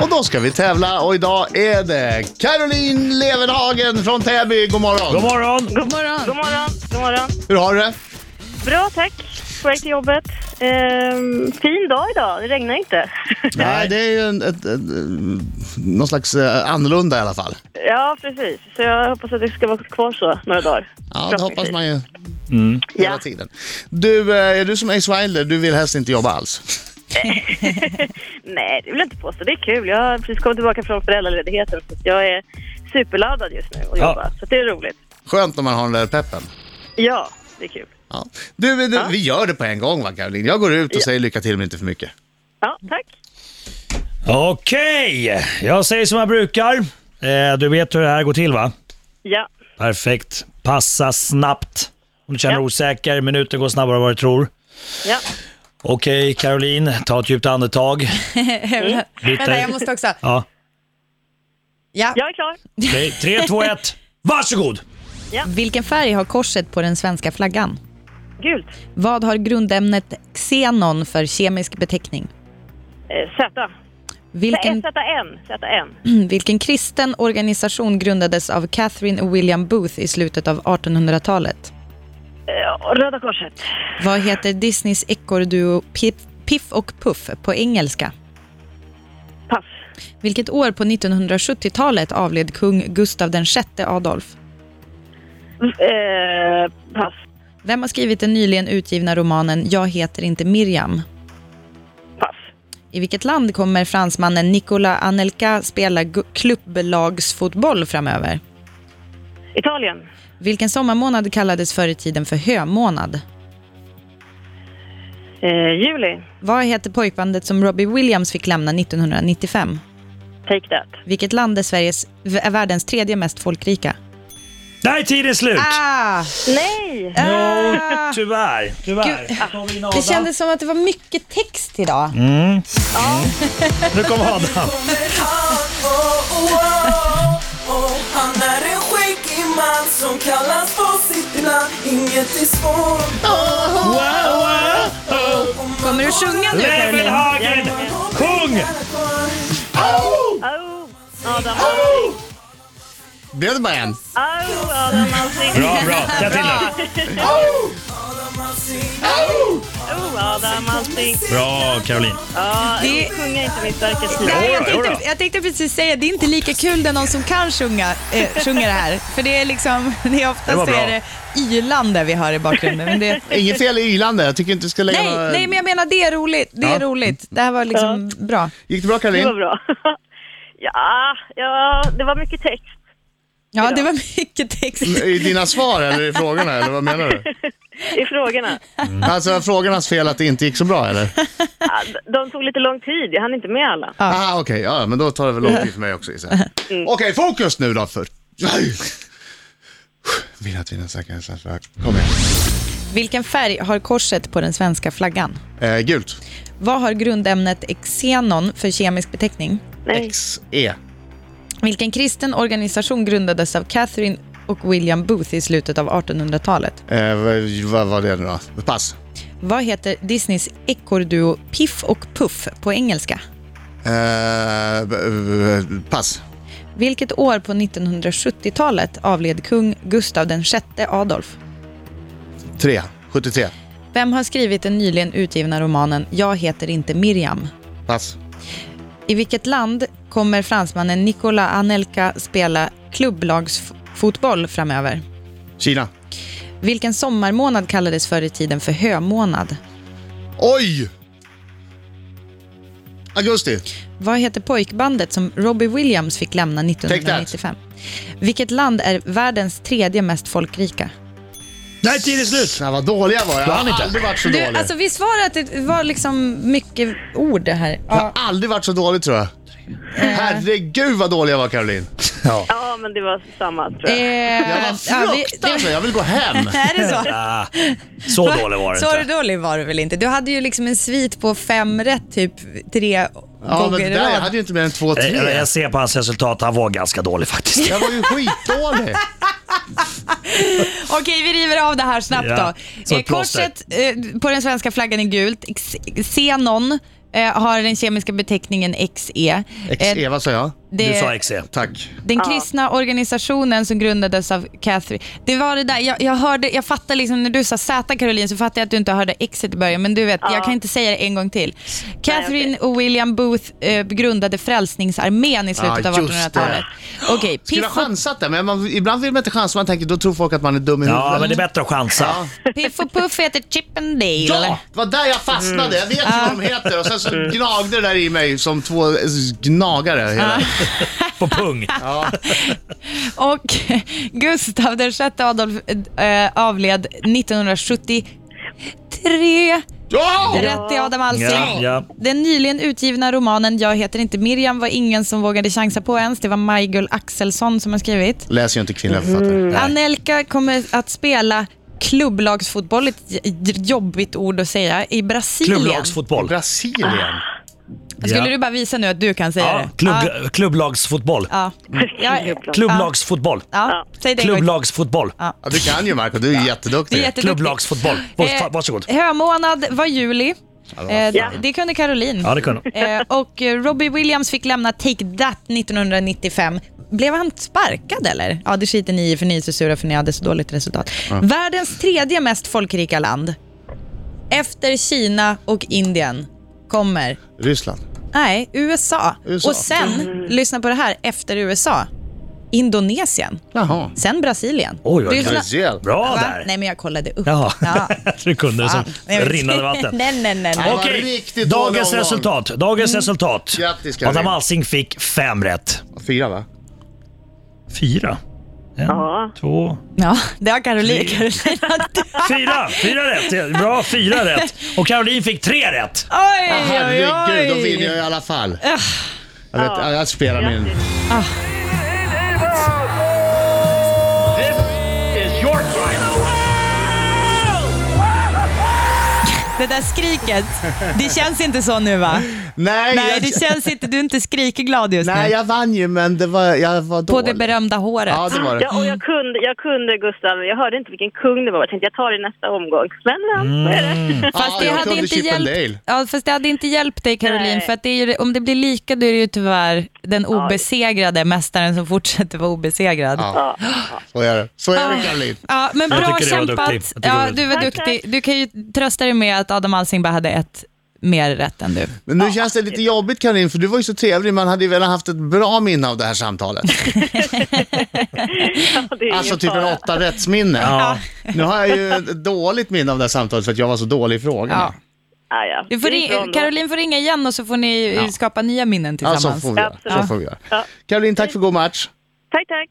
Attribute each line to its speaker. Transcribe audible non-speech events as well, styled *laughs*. Speaker 1: Och då ska vi tävla och idag är det Caroline Levenhagen från Täby. God morgon!
Speaker 2: God morgon!
Speaker 3: God morgon.
Speaker 4: God morgon, god morgon.
Speaker 1: Hur har du det?
Speaker 4: Bra, tack. På väg till jobbet. Ehm, fin dag idag, det regnar inte.
Speaker 1: Nej, det är ju en, ett, ett, eh, någon slags eh, annorlunda i alla fall.
Speaker 4: *laughs* ja, precis. Så jag hoppas att det ska vara kvar så några dagar.
Speaker 1: Ja, det hoppas man ju hela
Speaker 4: Ja.
Speaker 1: tiden. Du, eh, är du som Ace Wilder? Du vill helst inte jobba alls.
Speaker 4: Nej, det vill jag inte påstå. Det är kul. Jag har precis kommit tillbaka från föräldraledigheten. Så att jag är superladdad just nu och
Speaker 2: Ja.
Speaker 4: jobbar. Så att det är roligt.
Speaker 1: Skönt om man har den där peppen.
Speaker 4: Ja, det är kul.
Speaker 1: Ja. Du, vi- du,
Speaker 4: Ja.
Speaker 1: vi gör det på en gång va Caroline? Jag går ut och säger lycka till men inte för mycket.
Speaker 4: Ja, tack.
Speaker 2: Okej, jag säger som jag brukar. Eh, du vet hur det här går till va?
Speaker 4: Ja,
Speaker 2: Perfekt. Passa snabbt. Om du känner dig
Speaker 4: Ja.
Speaker 2: osäker, minuten går snabbare än vad du tror.
Speaker 4: ja.
Speaker 2: Okej, Caroline, ta ett djupt andetag.
Speaker 3: Vänta, jag måste också.
Speaker 2: Ja.
Speaker 3: Ja.
Speaker 4: Jag är klar.
Speaker 2: Okej, Tre, två, ett. varsågod!
Speaker 5: Vilken färg har korset på den svenska flaggan?
Speaker 4: Gult.
Speaker 5: Vad har grundämnet xenon för kemisk beteckning?
Speaker 4: Eh, Z.
Speaker 5: Vilken,
Speaker 4: Z1. Z1.
Speaker 5: vilken kristen organisation grundades av Catherine och William Booth i slutet av 1800-talet?
Speaker 4: Eh, och Röda Korset.
Speaker 5: Vad heter Disneys ekorrduo Piff, Piff och Puff på engelska?
Speaker 4: Pass.
Speaker 5: Vilket år på 1970-talet avled kung Gustav den sjätte Adolf?
Speaker 4: Eh, pass.
Speaker 5: Vem har skrivit den nyligen utgivna romanen Jag heter inte Miriam?
Speaker 4: Pass.
Speaker 5: I vilket land kommer fransmannen Nicolas Anelka spela gu- klubblagsfotboll framöver?
Speaker 4: Italien.
Speaker 5: Vilken sommarmånad kallades förr i tiden för hömånad?
Speaker 4: Eh, juli.
Speaker 5: Vad heter pojkbandet som Robbie Williams fick lämna 1995?
Speaker 4: Take that.
Speaker 5: Vilket land är, Sveriges, v- är världens tredje mest folkrika?
Speaker 2: Där är tiden slut!
Speaker 5: Ah,
Speaker 4: Nej!
Speaker 2: Ja, tyvärr. tyvärr.
Speaker 5: Gud.
Speaker 2: Då tar vi in Adam.
Speaker 5: det kändes som att det var mycket text idag.
Speaker 2: Nu kommer Adam.
Speaker 6: kommer han, oh, oh, oh, oh. Han är en skäggig man som kallas på sitt namn Inget är svårt
Speaker 2: Wow, wow.
Speaker 5: Kommer du sjunga nu Caroline?
Speaker 2: Leverhagen, sjung!
Speaker 4: Au! Oh. Adam Alsing!
Speaker 1: Blev det bara en?
Speaker 4: Au! Adam Alsing!
Speaker 2: Bra, bra. Katina.
Speaker 4: Au! Oh, Adam Alsing!
Speaker 2: Bra, Caroline.
Speaker 4: Ja,
Speaker 5: Det-
Speaker 4: sjunga inte min starka sida.
Speaker 5: Nej, jag,
Speaker 2: Jodå, jodå.
Speaker 5: tänkte, jag tänkte precis säga, det är inte lika kul när någon som kan sjunga, eh, sjunga det här. För det är liksom, *laughs* det är
Speaker 2: Det var
Speaker 5: oftast
Speaker 2: bra.
Speaker 5: är det ylande vi hör i bakgrunden.
Speaker 2: *laughs*
Speaker 5: Men det,
Speaker 1: Inget fel i ylande. Jag tycker inte du ska lägga
Speaker 5: nej,
Speaker 1: några-
Speaker 5: nej, men jag menar det är roligt. Det är
Speaker 1: Ja.
Speaker 5: roligt. Det här var liksom bra.
Speaker 1: Gick det bra
Speaker 4: Det
Speaker 1: Caroline?
Speaker 4: var bra. *laughs* Ja, ja, det var mycket text.
Speaker 5: Ja, det var mycket
Speaker 2: *laughs*
Speaker 5: text.
Speaker 1: I dina svar eller i frågorna eller vad menar du?
Speaker 4: i frågorna.
Speaker 1: Alltså frågornas fel att det inte gick så bra eller?
Speaker 4: Ja, d- De tog lite lång tid, jag hann inte med alla.
Speaker 5: Ja.
Speaker 1: Ah, okej, ja, men då tar det väl lång tid för mig också gissar jag. Okej, fokus nu då för... Vinna, vinna, säkra, säkra. Kom igen.
Speaker 5: Vilken färg har korset på den svenska flaggan?
Speaker 1: Eh, gult.
Speaker 5: Vad har grundämnet xenon för kemisk beteckning?
Speaker 4: Nej,
Speaker 1: XE.
Speaker 5: Vilken kristen organisation grundades av Catherine och William Booth i slutet av 1800-talet?
Speaker 1: Eh, vad, vad var det nu då? Pass.
Speaker 5: Vad heter Disneys ekorrduo Piff och Puff på engelska?
Speaker 1: Eh, b- b- pass.
Speaker 5: Vilket år på 1970-talet avled kung Gustav den sjätte Adolf?
Speaker 1: 3. 73.
Speaker 5: Vem har skrivit den nyligen utgivna romanen Jag heter inte Miriam?
Speaker 1: Pass.
Speaker 5: I vilket land kommer fransmannen Nicolas Anelka spela klubblagsfotboll framöver?
Speaker 1: Kina.
Speaker 5: Vilken sommarmånad kallades förr i tiden för hömånad?
Speaker 1: Oj! Augusti.
Speaker 5: Vad heter pojkbandet som Robbie Williams fick lämna 1995? Vilket land är världens tredje mest folkrika?
Speaker 2: Där är tiden slut.
Speaker 1: Fan, vad dåliga var jag.
Speaker 2: hann
Speaker 1: Jag har
Speaker 2: inte.
Speaker 1: aldrig varit så
Speaker 5: Du,
Speaker 1: dålig.
Speaker 5: alltså, vi svarade att det var liksom mycket ord det här.
Speaker 1: Jag har aldrig varit så dålig tror jag. Herregud vad dålig jag var Caroline. Ja.
Speaker 4: ja men det var samma tror
Speaker 5: Eh,
Speaker 4: jag.
Speaker 1: Jag var fruktansvärt, jag vill gå hem.
Speaker 5: är det så?
Speaker 2: Ah, så dålig var
Speaker 5: Så
Speaker 2: det inte.
Speaker 5: dålig var du väl inte? Du hade ju liksom en svit på fem rätt typ tre
Speaker 1: Ja, men
Speaker 5: gånger
Speaker 1: det
Speaker 5: i
Speaker 1: där, jag
Speaker 5: rad.
Speaker 1: hade ju inte mer än två,
Speaker 2: Eh, Jag,
Speaker 1: tre.
Speaker 2: jag ser på hans resultat, han var ganska dålig faktiskt.
Speaker 1: Jag var ju skitdålig.
Speaker 5: Okej, vi river av det här snabbt
Speaker 2: Ja,
Speaker 5: då.
Speaker 2: som
Speaker 5: Eh,
Speaker 2: ett plåster.
Speaker 5: Korset eh, på den svenska flaggan är gult. X- Xenon eh, har den kemiska beteckningen XE. Eh,
Speaker 1: XE, vad sa jag?
Speaker 2: Du sa E.
Speaker 5: det,
Speaker 2: XE.
Speaker 1: Tack.
Speaker 5: den kristna organisationen som grundades av Catherine. Det var det där, jag, jag hörde, jag fattar liksom när du sa Z Caroline så fattade jag att du inte hörde X i början, men du vet, jag kan inte säga det en gång till. Catherine och William Booth eh, grundade Frälsningsarmén i slutet
Speaker 1: Ah,
Speaker 5: av
Speaker 1: just det.
Speaker 5: 1800-talet. Okej,
Speaker 1: Skulle
Speaker 5: piff,
Speaker 1: ha chansat där, men man, ibland vill man inte chansa. Man tänker, då tror folk att man är dum i huvudet.
Speaker 2: Ja, men det är bättre att chansa.
Speaker 5: och- *laughs* piff och Puff heter Chippendale.
Speaker 1: Ja, det var där jag fastnade. Jag vet ju vad de heter. Och sen så gnagde det där i mig som två eh, gnagare. Hela.
Speaker 2: På pung.
Speaker 5: Och *laughs* Gustav den sjätte Adolf eh, avled 1973.
Speaker 1: Ja!
Speaker 5: Rätt i Adam Alsing.
Speaker 2: Ja, ja.
Speaker 5: Den nyligen utgivna romanen Jag heter inte Miriam var ingen som vågade chansa på ens. Det var Majgull Axelsson som har skrivit.
Speaker 1: Läser ju inte kvinnliga författare.
Speaker 5: Mm. Anelka kommer att spela klubblagsfotboll, ett j- j- jobbigt ord att säga, i Brasilien.
Speaker 2: Klubblagsfotboll.
Speaker 1: Brasilien.
Speaker 5: Skulle
Speaker 2: Ja.
Speaker 5: du bara visa nu att du kan säga
Speaker 2: Ja,
Speaker 5: det?
Speaker 2: klubb, Klubblagsfotboll.
Speaker 5: Eh. Ja. Ja. Ja.
Speaker 2: Klubblagsfotboll.
Speaker 5: ja, säg det en gång till.
Speaker 2: Klubblagsfotboll.
Speaker 1: Ja, du kan ju Marco, du är jätteduktig.
Speaker 5: Du är jätteduktig.
Speaker 2: Klubblagsfotboll.
Speaker 5: Eh,
Speaker 2: Vars- Varsågod.
Speaker 5: Hömånad var juli. Eh,
Speaker 4: Ja.
Speaker 5: Det kunde Caroline.
Speaker 2: Ja, det kunde hon.
Speaker 5: Eh, och eh, Robbie Williams fick lämna Take That 1995. Blev han sparkad eller? Ja, det skiter ni i för ni är så sura för ni hade så dåligt resultat. Världens tredje mest folkrika land. Efter Kina och Indien kommer,
Speaker 1: Ryssland.
Speaker 5: nej, USA.
Speaker 1: USA.
Speaker 5: Och sen, lyssna på det här, efter USA, Indonesien.
Speaker 1: Jaha.
Speaker 5: Sen Brasilien.
Speaker 2: Oj, vad
Speaker 5: Ryssland-
Speaker 1: Speciellt.
Speaker 2: Bra
Speaker 5: Va?
Speaker 2: där.
Speaker 5: Nej, men jag kollade upp.
Speaker 2: Jaha.
Speaker 5: Ja.
Speaker 2: Du kunde det *laughs* som
Speaker 5: Fan. Nej, men-
Speaker 2: rinnande vatten.
Speaker 5: *laughs* nej, nej, nej. nej.
Speaker 1: Ja, det var
Speaker 2: Okej,
Speaker 1: riktigt dålig
Speaker 2: dagens
Speaker 1: omgång. Mm.
Speaker 2: resultat. Dagens resultat.
Speaker 1: Grattis, Karin.
Speaker 2: Adam Alsing fick fem rätt.
Speaker 1: Fyra va?
Speaker 2: Fyra. En,
Speaker 4: Ja.
Speaker 2: två,
Speaker 5: Ja, det har Caroline. Carolina.
Speaker 2: fyra. Fyra rätt. Bra, fyra rätt. Och Caroline fick tre rätt.
Speaker 5: Oj, oj,
Speaker 1: Ah, Herregud, då vinner jag
Speaker 5: oj.
Speaker 1: i alla fall. Jag, vet, ja, jag spelar min...
Speaker 5: Det där skriket, det känns inte så nu va?
Speaker 1: Nej,
Speaker 5: Nej,
Speaker 1: *laughs* jag,
Speaker 5: det känns inte, du är inte skrikeglad just
Speaker 1: nej,
Speaker 5: nu.
Speaker 1: jag vann ju men det var, jag var
Speaker 5: På
Speaker 1: dålig.
Speaker 5: det berömda håret.
Speaker 1: Ja, det var det.
Speaker 4: Ja, och jag kunde, jag kunde Gustav, jag hörde inte vilken kung det var. Jag tänkte jag tar det i nästa omgång. Men mm. är *laughs* det.
Speaker 1: Ja,
Speaker 5: Fast, det
Speaker 1: jag
Speaker 5: hade
Speaker 1: kunde
Speaker 5: inte
Speaker 1: Chip and Dale.
Speaker 5: hjälpt, ja, fast det hade inte hjälpt dig Caroline,
Speaker 4: Nej.
Speaker 5: för att det är ju, om det blir lika då är det ju tyvärr den obesegrade mästaren som fortsätter vara obesegrad. Ja.
Speaker 1: Ja, så är det. Så är det
Speaker 5: Ah.
Speaker 1: Caroline.
Speaker 5: men
Speaker 2: Jag
Speaker 5: bra
Speaker 2: tycker du var
Speaker 5: kämpat.
Speaker 2: duktig. Jag tycker
Speaker 5: Ja,
Speaker 2: du var
Speaker 5: du var
Speaker 4: duktig. Tack,
Speaker 5: duktig. Du kan ju trösta dig med att Adam Alsing bara hade ett mer rätt än du.
Speaker 1: Men nu känns det lite jobbigt Karin, för du var ju så trevlig. Man hade ju velat haft ett bra minne av det här
Speaker 5: *laughs*
Speaker 1: samtalet.
Speaker 4: Ja, det är
Speaker 1: Alltså
Speaker 4: ingen
Speaker 1: typ en
Speaker 4: fara.
Speaker 1: åtta rättsminne.
Speaker 2: Ja.
Speaker 1: Nu har jag ju ett dåligt minne av det här samtalet för att jag var så dålig i frågorna.
Speaker 5: Ja.
Speaker 4: Ja, ja.
Speaker 5: Du får
Speaker 4: Det är bra
Speaker 5: ring,
Speaker 4: ändå.
Speaker 5: Caroline får ringa igen och så får ni eh, skapa nya minnen
Speaker 1: Ja, så
Speaker 5: tillsammans.
Speaker 1: får vi göra. Så
Speaker 4: Absolut.
Speaker 1: får vi göra.
Speaker 4: Ja.
Speaker 1: Caroline, tack för god match.
Speaker 4: Tack, tack.